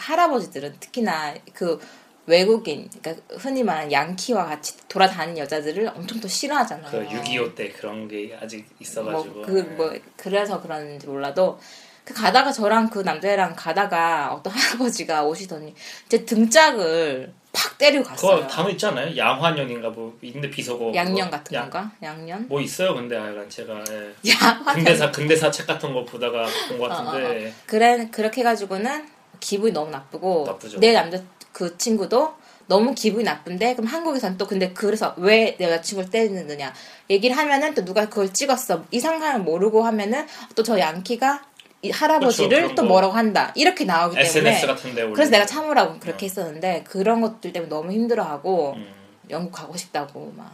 Speaker 1: 할아버지들은 특히나 그 외국인 그러니까 흔히 말하는 양키와 같이 돌아다니는 여자들을 엄청 또 싫어하잖아요.
Speaker 2: 그러니까 그6.25때 그런 게 아직 있어가지고
Speaker 1: 뭐 그 뭐
Speaker 2: 예.
Speaker 1: 그래서 그런지 몰라도 그 가다가 저랑 그 남자애랑 가다가 어떤 [laughs] 할아버지가 오시더니 제 등짝을 팍 때리고
Speaker 2: 그거
Speaker 1: 갔어요.
Speaker 2: 단어 있잖아요 양환연인가 뭐 있는데 비서고
Speaker 1: 양념
Speaker 2: 그거.
Speaker 1: 같은
Speaker 2: 야-
Speaker 1: 건가? 양념?
Speaker 2: 뭐 있어요 근데 하여간 제가 예.
Speaker 1: [laughs] 양화.
Speaker 2: 근대사 근대사 책 같은 거 보다가 본 것
Speaker 1: 어,
Speaker 2: 같은데
Speaker 1: 그래 그렇게 해가지고는 기분이 너무 나쁘고
Speaker 2: 나쁘죠.
Speaker 1: 내 남자 그 친구도 너무 기분이 나쁜데 그럼 한국에선 또 근데 그래서 왜 내 여자친구를 때리느냐 얘기를 하면은 또 누가 그걸 찍었어 이 상황을 모르고 하면은 또 저 양키가 이 할아버지를
Speaker 2: 그렇죠, 그런
Speaker 1: 또
Speaker 2: 거.
Speaker 1: 뭐라고 한다 이렇게 나오기 때문에
Speaker 2: SNS 같은데 올리고.
Speaker 1: 그래서 내가 참으라고 그렇게
Speaker 2: 어.
Speaker 1: 했었는데 그런 것들 때문에 너무 힘들어하고
Speaker 2: 음.
Speaker 1: 영국 가고 싶다고 막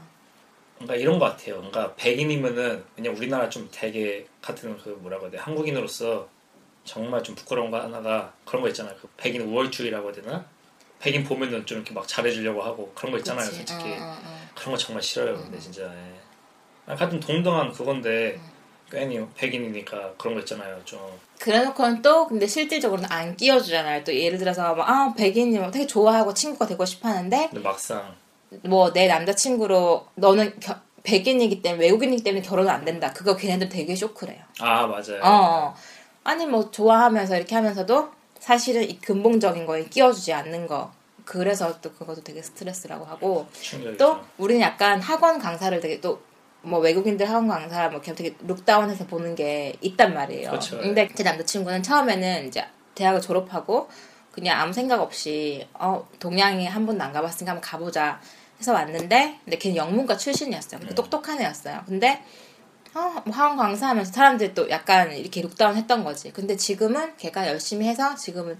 Speaker 2: 뭔가 이런 것 같아요. 뭔가 백인이면은 그냥 우리나라 좀 되게 같은 그 뭐라고 해야 돼 한국인으로서 정말 좀 부끄러운 거 하나가 그런 거 있잖아요. 그 백인 우월주의라고 해야 되나? 백인 보면은 좀 이렇게 막 잘해주려고 하고 그런 거 있잖아요.
Speaker 1: 그치?
Speaker 2: 솔직히
Speaker 1: 어, 어, 어.
Speaker 2: 그런 거 정말 싫어요.
Speaker 1: 음.
Speaker 2: 근데 진짜 예. 아, 같은 동등한 그건데 괜히 백인이니까 그런 거 있잖아요. 좀
Speaker 1: 그래놓고는 또 근데 실질적으로는 안 끼워주잖아요. 또 예를 들어서 막, 아 백인이 막 되게 좋아하고 친구가 되고 싶하는데
Speaker 2: 근데 막상
Speaker 1: 뭐 내 남자친구로 너는 겨- 백인이기 때문에 외국인이기 때문에 결혼 안 된다. 그거 걔네들 되게 쇼크래요.
Speaker 2: 아 맞아요.
Speaker 1: 어, 어. 아니 뭐 좋아하면서 이렇게 하면서도 사실은 이 근본적인 거에 끼워주지 않는 거. 그래서 또 그것도 되게 스트레스라고 하고
Speaker 2: 충격이죠.
Speaker 1: 또 우리는 약간 학원 강사를 되게 또 뭐 외국인들 학원 강사 뭐 이렇게 되게 룩다운해서 보는 게 있단 말이에요.
Speaker 2: 그렇죠.
Speaker 1: 근데 제 남자친구는 처음에는 이제 대학을 졸업하고 그냥 아무 생각 없이 어 동양에 한 번도 안 가봤으니까 한번 가보자 해서 왔는데 근데 걔는 영문과 출신이었어요. 근데
Speaker 2: 음.
Speaker 1: 똑똑한 애였어요. 근데 어, 뭐 학원 강사하면서 사람들이 또 약간 이렇게 룩다운했던 거지. 근데 지금은 걔가 열심히 해서 지금은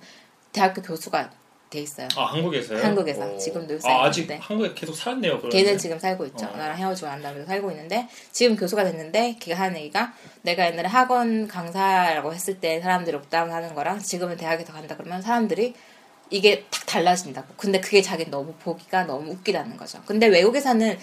Speaker 1: 대학교 교수가 돼 있어요.
Speaker 2: 아 한국에서요?
Speaker 1: 한국에서.
Speaker 2: 오.
Speaker 1: 지금도
Speaker 2: 아
Speaker 1: 살고
Speaker 2: 아직
Speaker 1: 있는데.
Speaker 2: 한국에 계속 살았네요. 그러면.
Speaker 1: 걔는 지금 살고 있죠.
Speaker 2: 어.
Speaker 1: 나랑 헤어지고 난 다음에 살고 있는데 지금 교수가 됐는데 걔가 하는 얘기가 내가 옛날에 학원 강사라고 했을 때 사람들이 옥다운 하는 거랑 지금은 대학에 더 간다 그러면 사람들이 이게 딱 달라진다고. 근데 그게 자기 너무 보기가 너무 웃기다는 거죠. 근데 외국에서는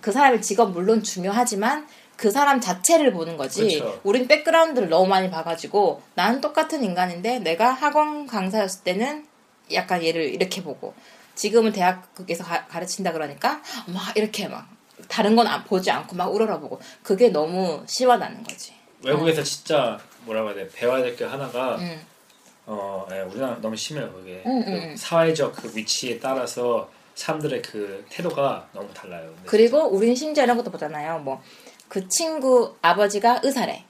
Speaker 1: 그 사람의 직업 물론 중요하지만 그 사람 자체를 보는 거지.
Speaker 2: 그쵸.
Speaker 1: 우린 백그라운드를 너무 많이 봐가지고 나는 똑같은 인간인데 내가 학원 강사였을 때는 약간 얘를 이렇게 보고 지금은 대학에서 가, 르친다 그러니까 막 이렇게 막 다른 건 안- 보지 않고 막 우러러보고 그게 너무 심하다는 거지.
Speaker 2: 외국에서 진짜 뭐라고 해야 돼 배워야 될 게 하나가
Speaker 1: 응.
Speaker 2: 어 예, 우리나라 너무 심해요 그게
Speaker 1: 응,
Speaker 2: 그
Speaker 1: 응, 응.
Speaker 2: 사회적 그 위치에 따라서 사람들의 그 태도가 너무 달라요 근데
Speaker 1: 그리고 우린 심지어 이런 것도 보잖아요. 뭐 그 친구 아버지가 의사래.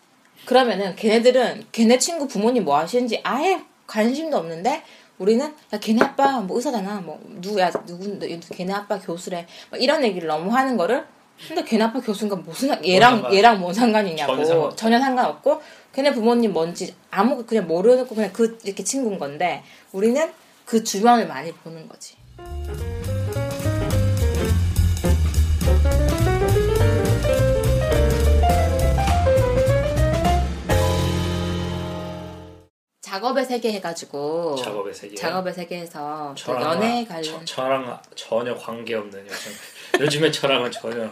Speaker 1: 그러면은 걔네들은 걔네 친구 부모님 뭐 하시는지 아예 관심도 없는데 우리는 야 걔네 아빠 뭐 의사잖아. 뭐 누구야 누군 걔네 아빠 교수래. 막 이런 얘기를 너무 하는 거를 근데 걔네 아빠 교수인가 무슨 상- 얘랑
Speaker 2: 뭔 상관-
Speaker 1: 얘랑 뭔 상관이냐고
Speaker 2: 전혀 상관없죠.
Speaker 1: 전혀 상관없고 걔네 부모님 뭔지 아무 그냥 모르고 그냥 그 이렇게 친구인 건데 우리는 그 주변을 많이 보는 거지. 작업의 세계 해가지고
Speaker 2: 작업의 세계
Speaker 1: 작업의 세계에서 또
Speaker 2: 예. 저랑
Speaker 1: 연애
Speaker 2: 아- 저,
Speaker 1: 관련
Speaker 2: 저랑 전혀 관계없는 요즘 요즘에 저랑은 전혀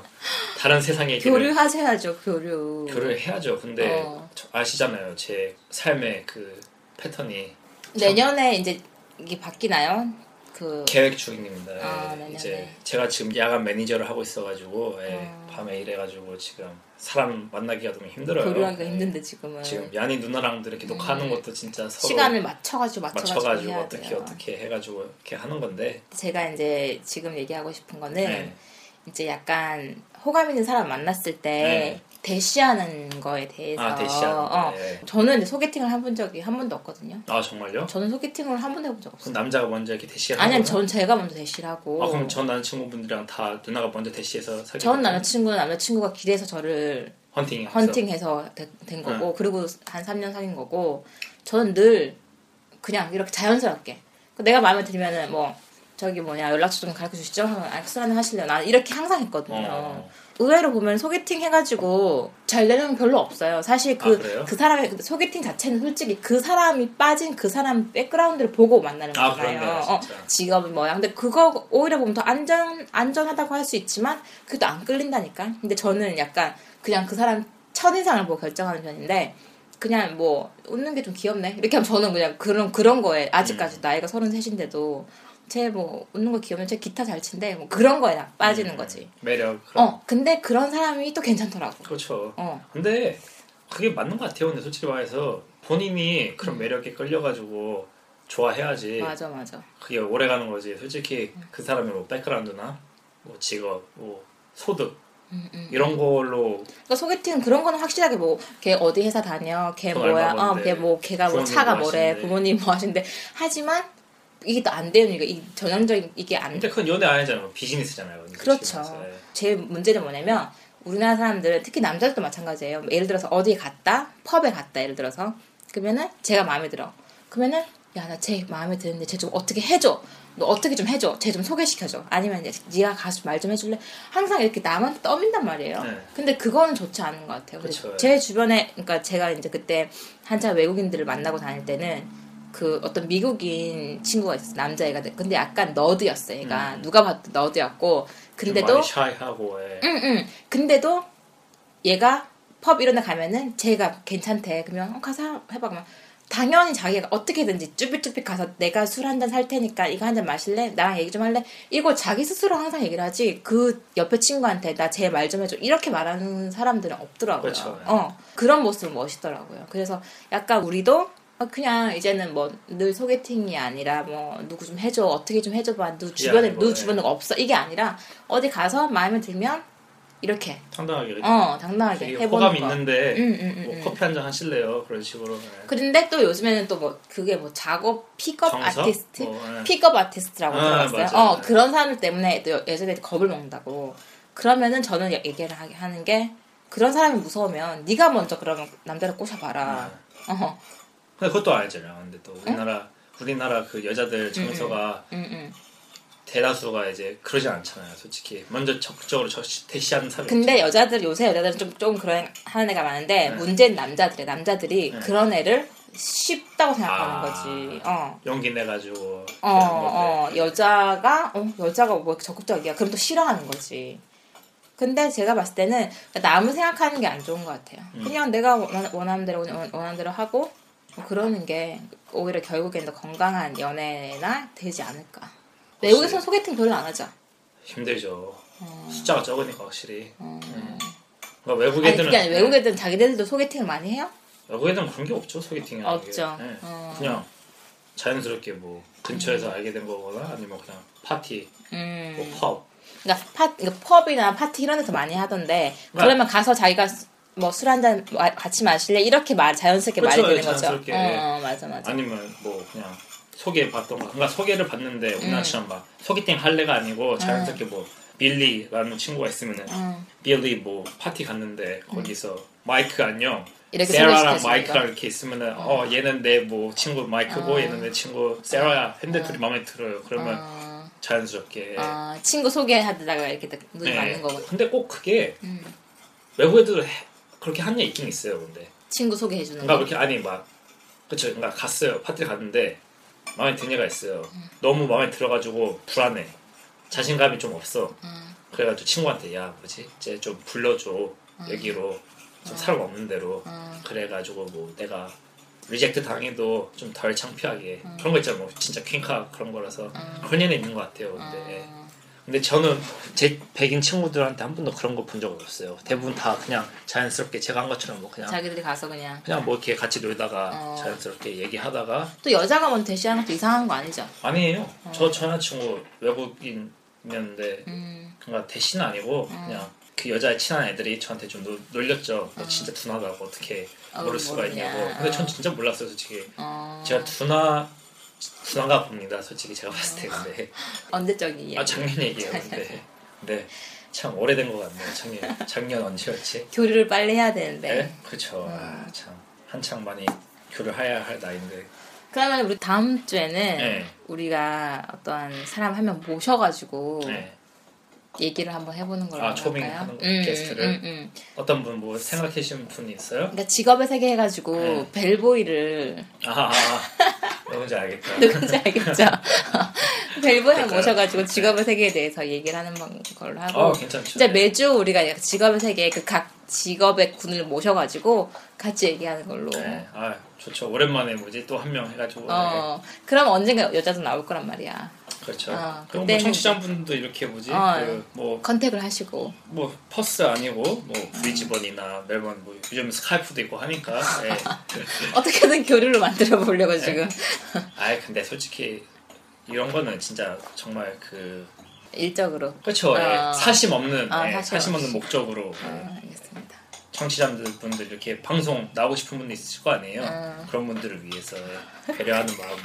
Speaker 2: 다른 세상 얘기를
Speaker 1: 교류하셔야죠 교류
Speaker 2: 교류를 해야죠 근데
Speaker 1: 어.
Speaker 2: 저- 아시잖아요 제 삶의 그 패턴이
Speaker 1: 내년에 이제 이게 바뀌나요? 그
Speaker 2: 계획 중입니다. 예.
Speaker 1: 아, 네네네.
Speaker 2: 이제 제가 지금 야간 매니저를 하고 있어가지고 예, 밤에 일해가지고 지금 사람 만나기가 너무 힘들어요.
Speaker 1: 교류하기가
Speaker 2: 예.
Speaker 1: 힘든데 지금은
Speaker 2: 지금 야니 누나랑도 이렇게 녹화하는 것도 진짜 서로
Speaker 1: 네. 시간을 맞춰가지고 맞춰가지고,
Speaker 2: 맞춰가지고
Speaker 1: 해야
Speaker 2: 어떻게
Speaker 1: 돼요.
Speaker 2: 어떻게 해가지고 이렇게 하는 건데
Speaker 1: 제가 이제 지금 얘기하고 싶은 거는
Speaker 2: 네.
Speaker 1: 이제 약간 호감 있는 사람 만났을 때
Speaker 2: 네.
Speaker 1: 대시하는 거에 대해서
Speaker 2: 아 대시하는
Speaker 1: 어.
Speaker 2: 거. 예.
Speaker 1: 저는 이제 소개팅을 해본 적이 한 번도 없거든요.
Speaker 2: 아 정말요?
Speaker 1: 저는 소개팅을 한 번도 해본 적
Speaker 2: 그럼
Speaker 1: 없어요.
Speaker 2: 남자가 먼저 이렇게 대시하는
Speaker 1: 아니요,
Speaker 2: 거예요?
Speaker 1: 전 제가 먼저 대시를 하고.
Speaker 2: 아, 그럼 전 남자친구분들이랑 다 누나가 먼저 대시해서 사귀
Speaker 1: 전 남자친구는 남자친구가 길에서 저를
Speaker 2: 헌팅 네.
Speaker 1: 헌팅해서 되- 된 거고 그리고 한 3년 사귄 거고 저는 늘 그냥 이렇게 자연스럽게. 내가 마음에 들면은 뭐 저기 뭐냐 연락처 좀 가르쳐 주시죠. 하면 아, 술 한잔 하실래요? 난 이렇게 항상 했거든요.
Speaker 2: 어.
Speaker 1: 의외로 보면 소개팅 해가지고 잘 되는 건 별로 없어요. 사실 그
Speaker 2: 아, 그래요?
Speaker 1: 그 사람의 근데 소개팅 자체는 솔직히 그 사람이 빠진 그 사람 백그라운드를 보고 만나는
Speaker 2: 아,
Speaker 1: 거잖아요.
Speaker 2: 그렇네요,
Speaker 1: 어,
Speaker 2: 진짜.
Speaker 1: 직업이 뭐야. 근데 그거 오히려 보면 더 안전 안전하다고 할 수 있지만 그게 또 안 끌린다니까. 근데 저는 약간 그냥 그 사람 첫인상을 보고 결정하는 편인데 그냥 뭐 웃는 게 좀 귀엽네. 이렇게 하면 저는 그냥 그런 그런 거에 아직까지
Speaker 2: 음.
Speaker 1: 나이가 33인데도 쟤 뭐 웃는 거 귀엽네. 쟤 기타 잘 친대. 뭐 그런 거에 나-
Speaker 2: 음.
Speaker 1: 빠지는 거지.
Speaker 2: 매력. 그런.
Speaker 1: 어. 근데 그런 사람이 또 괜찮더라고.
Speaker 2: 그렇죠.
Speaker 1: 어.
Speaker 2: 근데 그게 맞는 것 같아요. 근데 솔직히 말해서 본인이 그런 매력에 끌려가지고 좋아해야지
Speaker 1: 음. 맞아 맞아.
Speaker 2: 그게 오래 가는 거지. 솔직히 그 사람이 뭐 백그라운드나 뭐 직업, 뭐 소득
Speaker 1: 음,
Speaker 2: 이런 걸로
Speaker 1: 그러니까 소개팅 그런 거는 확실하게 뭐 걔 어디 회사 다녀, 걔
Speaker 2: 돈
Speaker 1: 뭐야,
Speaker 2: 얼마
Speaker 1: 어, 걔
Speaker 2: 버는데,
Speaker 1: 뭐 걔가 뭐
Speaker 2: 부모님
Speaker 1: 차가
Speaker 2: 뭐
Speaker 1: 뭐래,
Speaker 2: 하시는데.
Speaker 1: 부모님 뭐 하신데 하지만 이게 또 안 되는 이유가 이 전형적인 이게 안
Speaker 2: 근데 그건 연애 아니잖아요. 비즈니스잖아요.
Speaker 1: 그렇죠. 제 문제는 뭐냐면 우리나라 사람들은 특히 남자들도 마찬가지예요. 예를 들어서 어디에 갔다, 펍에 갔다 예를 들어서 그러면은 제가 마음에 들어. 그러면은 야 나 쟤 마음에 드는데 쟤 좀 어떻게 해줘. 너 어떻게 좀 해줘. 쟤 좀 소개시켜줘. 아니면 이제 네가 가서 말 좀 해줄래. 항상 이렇게 남한테 떠민단 말이에요.
Speaker 2: 네.
Speaker 1: 근데 그거는 좋지 않은 것 같아요. 근데
Speaker 2: 그쵸.
Speaker 1: 제 주변에 그러니까 제가 이제 그때 한참 외국인들을 만나고 다닐 때는 그 어떤 미국인 친구가 있었어 남자애가 근데 약간 너드였어 얘가
Speaker 2: 음.
Speaker 1: 누가 봐도 너드였고 근데도 음.
Speaker 2: 많이 샤이하고 예.
Speaker 1: 응, 응. 근데도 얘가 펍 이런 데 가면은 쟤가 괜찮대. 그러면 어, 가서 해봐. 그러면 당연히 자기가 어떻게든지 쭈삣쭈삣 가서 내가 술 한 잔 살 테니까 이거 한 잔 마실래? 나랑 얘기 좀 할래? 이거 자기 스스로 항상 얘기를 하지. 그 옆에 친구한테 나 쟤 말 좀 해줘. 이렇게 말하는 사람들은 없더라고요.
Speaker 2: 그렇죠.
Speaker 1: 어. 그런 모습은 멋있더라고요. 그래서 약간 우리도 아, 그냥 이제는 뭐 늘 소개팅이 아니라 뭐 누구 좀 해줘 어떻게 좀 해줘봐 누 주변에
Speaker 2: 아니고,
Speaker 1: 누
Speaker 2: 예.
Speaker 1: 주변에 없어 이게 아니라 어디 가서 마음에 들면 이렇게
Speaker 2: 당당하게
Speaker 1: 어 당당하게
Speaker 2: 되게
Speaker 1: 해보는
Speaker 2: 호감
Speaker 1: 거. 음,
Speaker 2: 있는데
Speaker 1: 응, 응, 응,
Speaker 2: 뭐
Speaker 1: 응.
Speaker 2: 커피 한 잔 하실래요? 그런 식으로 예.
Speaker 1: 그런데 또 요즘에는 또 뭐 그게 뭐 작업 픽업
Speaker 2: 정서?
Speaker 1: 아티스트
Speaker 2: 뭐, 예.
Speaker 1: 픽업 아티스트라고
Speaker 2: 아,
Speaker 1: 들어봤어요.
Speaker 2: 맞아요.
Speaker 1: 어 그런 사람들 때문에 또 예전에 겁을 먹는다고. 그러면은 저는 얘기를 하게 하는 게 그런 사람이 무서우면 네가 먼저 그런 남자를 꼬셔봐라.
Speaker 2: 네.
Speaker 1: 어,
Speaker 2: 근데 그것도 아니잖아요. 근데 또
Speaker 1: 네?
Speaker 2: 우리나라 우리나라 그
Speaker 1: 음,
Speaker 2: 여자들 정서가
Speaker 1: 응, 응.
Speaker 2: 대다수가 이제 그러지 않잖아요. 솔직히 먼저 적극적으로 적시- 대시하는 사람이
Speaker 1: 근데 여자들 요새 여자들은 좀 좀 그런 하는 애가 많은데
Speaker 2: 네.
Speaker 1: 문제는 남자들이 남자들이 그런 애를 쉽다고 생각하는
Speaker 2: 아.
Speaker 1: 거지. 어.
Speaker 2: 용기 내 가지고
Speaker 1: 어, 어, 여자가, 어, 여자가 뭐 이렇게 적극적이야. 그럼 또 싫어하는 거지. 근데 제가 봤을 때는 남을 생각하는 게 안 좋은 것 같아요.
Speaker 2: 음.
Speaker 1: 그냥 내가 원하- 원하는 대로, 그냥 원- 원하는 대로 하고, 뭐 그러는 게 오히려 결국엔 더 건강한 연애나 되지 않을까. 외국에서 는 소개팅 별로 안 하죠.
Speaker 2: 힘들죠.
Speaker 1: 어.
Speaker 2: 숫자가 적으니까 확실히. 음. 그러니까 외국
Speaker 1: 아니,
Speaker 2: 애들은 네.
Speaker 1: 그게 아니라 외국 애들은 자기들도 소개팅을 많이 해요?
Speaker 2: 외국 애들은 그런 게 없죠 소개팅이
Speaker 1: 없죠.
Speaker 2: 게. 예.
Speaker 1: 어.
Speaker 2: 그냥 자연스럽게 뭐 근처에서 알게 된 거거나 아니면 그냥 파티,
Speaker 1: 음.
Speaker 2: 뭐
Speaker 1: 그러니까 파, 그러니까 펍이나 파티 이런 데서 많이 하던데,
Speaker 2: 네.
Speaker 1: 그러면 가서 자기가 뭐 술 한 잔 같이 마실래? 이렇게 말, 자연스럽게
Speaker 2: 그렇죠,
Speaker 1: 말이 되는 거죠.
Speaker 2: 자연스럽게.
Speaker 1: 어, 맞아,
Speaker 2: 펍
Speaker 1: 맞아. 음.
Speaker 2: 아니면 뭐 그냥 소개 받던 거. 그러니까 소개를 받는데 우리나처럼 막 소개팅 할래가 아니고 자연스럽게 뭐 빌리라는 친구가 있으면은
Speaker 1: 음.
Speaker 2: 빌리 뭐 파티 갔는데 거기서 마이크 안녕.
Speaker 1: 이렇게
Speaker 2: 세라랑
Speaker 1: 소개시켜주는
Speaker 2: 마이크랑
Speaker 1: 거. 음.
Speaker 2: 이렇게 있으면은 어 얘는 내 뭐 친구 마이크고 얘는 내 친구 세라야 핸드 둘이 마음에 들어요. 그러면 예. 네. 자연스럽게
Speaker 1: 아, 친구 소개하다가 이렇게 딱 눈이 맞는 음. 거고.
Speaker 2: 근데 꼭 그게 외국 애들은 해- 그렇게 하는 애 있긴 있어요. 근데
Speaker 1: 친구 소개해주는
Speaker 2: 뭔가
Speaker 1: 거.
Speaker 2: 그렇게 아니 막 그쵸. 그러니까 갔어요. 파티 갔는데 마음에 드는 애가 있어요. 너무 마음에 들어가지고 불안해. 자신감이 좀 없어.
Speaker 1: 음.
Speaker 2: 그래가지고 친구한테 야 뭐지? 쟤 좀 불러줘
Speaker 1: 음.
Speaker 2: 여기로 좀 사람 없는 데로. 그래가지고 뭐 내가 리젝트 당해도 좀 덜 창피하게
Speaker 1: 음.
Speaker 2: 그런 거 있잖아 뭐 진짜 퀸카 그런 거라서 그런 애는 있는 것 같아요 근데 예.
Speaker 1: 음.
Speaker 2: 근데 저는 제 백인 친구들한테 한 번도 그런 거 본 적 없어요 대부분 다 그냥 자연스럽게 제가 한 것처럼 뭐 그냥
Speaker 1: 자기들이 가서 그냥.
Speaker 2: 그냥 뭐 이렇게 같이
Speaker 1: 어.
Speaker 2: 놀다가 자연스럽게 얘기하다가
Speaker 1: 또 여자가 먼저 대시하는 것도 이상한 거 아니죠?
Speaker 2: 아니에요.
Speaker 1: 어.
Speaker 2: 저 전화친구 외국인이었는데
Speaker 1: 음,
Speaker 2: 그러니까 대신
Speaker 1: 어.
Speaker 2: 아니고 그냥 그 여자의 친한 애들이 저한테 좀 놀, 놀렸죠. 너 진짜 둔하다고 어떻게
Speaker 1: 어,
Speaker 2: 모를 수가
Speaker 1: 모르냐.
Speaker 2: 있냐고. 근데 전 진짜 몰랐어요, 솔직히.
Speaker 1: 어,
Speaker 2: 제가 둔하 둔한가 봅니다, 솔직히 제가 봤을 때. 근데
Speaker 1: 어. 언제적이에요?
Speaker 2: 아 작년 얘기예요, 근데. 근데 참 오래된 것 같네요. 작년 작년 언제였지?
Speaker 1: 교류를 네. 빨리 해야 되는데.
Speaker 2: 네, 그렇죠. 아, 참 한창 많이 교류해야 할 나이인데
Speaker 1: 그러면 우리 다음 주에는
Speaker 2: 네.
Speaker 1: 우리가 어떤 사람 한 명 모셔가지고
Speaker 2: 네.
Speaker 1: 얘기를 한번 해보는 걸로
Speaker 2: 아,
Speaker 1: 할까요? 음,
Speaker 2: 초빙하는 거, 게스트를? 어떤 분 뭐 생각해 주신 분이 있어요?
Speaker 1: 그러니까 직업의 세계 해가지고
Speaker 2: 네.
Speaker 1: 벨보이를 [laughs]
Speaker 2: 아, 누군지 알겠다.
Speaker 1: 누군지
Speaker 2: [laughs]
Speaker 1: 알겠죠? 벨보이 를
Speaker 2: 그러니까요.
Speaker 1: 모셔가지고 직업의 세계에 대해서 얘기를 하는 방- 걸로 하고
Speaker 2: 어, 괜찮죠.
Speaker 1: 뭐 진짜 매주 우리가 약간 직업의 세계에 그 각 직업의 군을 모셔가지고 같이 얘기하는 걸로
Speaker 2: 네. 아, 좋죠. 오랜만에 뭐지 또 한 명 해가지고.
Speaker 1: 어, 그럼 언젠가 여자도 나올 거란 말이야.
Speaker 2: 네. 그렇죠.
Speaker 1: 어,
Speaker 2: 그럼 뭐
Speaker 1: 그때는-
Speaker 2: 청취자분도 이렇게 뭐지
Speaker 1: 어.
Speaker 2: 그 뭐,
Speaker 1: 컨택을 하시고.
Speaker 2: 뭐 퍼스 아니고 뭐 브리즈번이나 멜번 뭐 요즘 스카이프도 있고 하니까.
Speaker 1: [laughs]
Speaker 2: 네.
Speaker 1: 어떻게든 교류를 만들어 보려고 지금 [laughs]
Speaker 2: 아, 근데 솔직히 이런 거는 진짜 정말 그
Speaker 1: 일적으로.
Speaker 2: 그렇죠. 예.
Speaker 1: 아.
Speaker 2: 사심 없는
Speaker 1: 아,
Speaker 2: 예.
Speaker 1: 사심
Speaker 2: 사심 없는
Speaker 1: 없이.
Speaker 2: 목적으로
Speaker 1: 아, 알겠습니다.
Speaker 2: 청취자분들 분들 이렇게 방송 나오고 싶은 분들 있을 거 아니에요.
Speaker 1: 아.
Speaker 2: 그런 분들을 위해서 예. 배려하는 마음으로.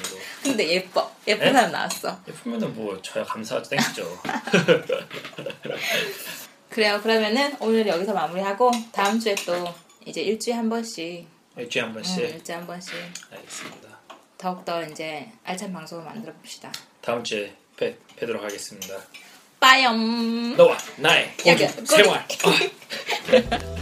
Speaker 1: 근데 예뻐. 예쁜
Speaker 2: 네?
Speaker 1: 사람 나왔어.
Speaker 2: 예쁘면은 뭐 저야
Speaker 1: [laughs]
Speaker 2: 감사하죠 땡큐죠.
Speaker 1: 그래요. 그러면은 오늘 여기서 마무리하고 다음 주에 또 이제 일주일에 한 번씩
Speaker 2: 일주일에 한
Speaker 1: 음,
Speaker 2: 번씩
Speaker 1: 일주일에 한 번씩
Speaker 2: 알겠습니다.
Speaker 1: 더욱더 이제 알찬 방송을 만들어 봅시다.
Speaker 2: 다음 주에 뵙, 뵙도록 하겠습니다.
Speaker 1: 빠염.
Speaker 2: 너와 나의
Speaker 1: 여기,
Speaker 2: 공중 생활.